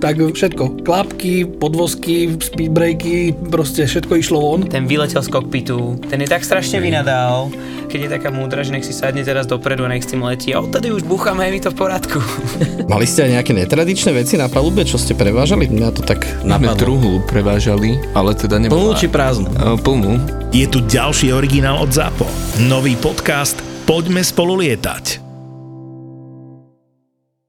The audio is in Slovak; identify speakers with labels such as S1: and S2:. S1: Tak všetko, klapky, podvozky, speedbreaky, proste všetko išlo von.
S2: Ten vyletel z kokpitu, ten je tak strašne vynadal, keď je taká múdra, že nech si sadne teraz dopredu a nech s tým letí. A odtedy už búchame, je mi to v poriadku.
S3: Mali ste aj nejaké netradičné veci na palube, čo ste prevážali? Mňa to tak
S4: Sme
S3: napadlo.
S4: truhlu prevážali, ale teda nebola...
S3: Plnú či prázdnu?
S4: E, Plnú.
S5: Je tu ďalší originál od ZAPO. Nový podcast Poďme spolu lietať.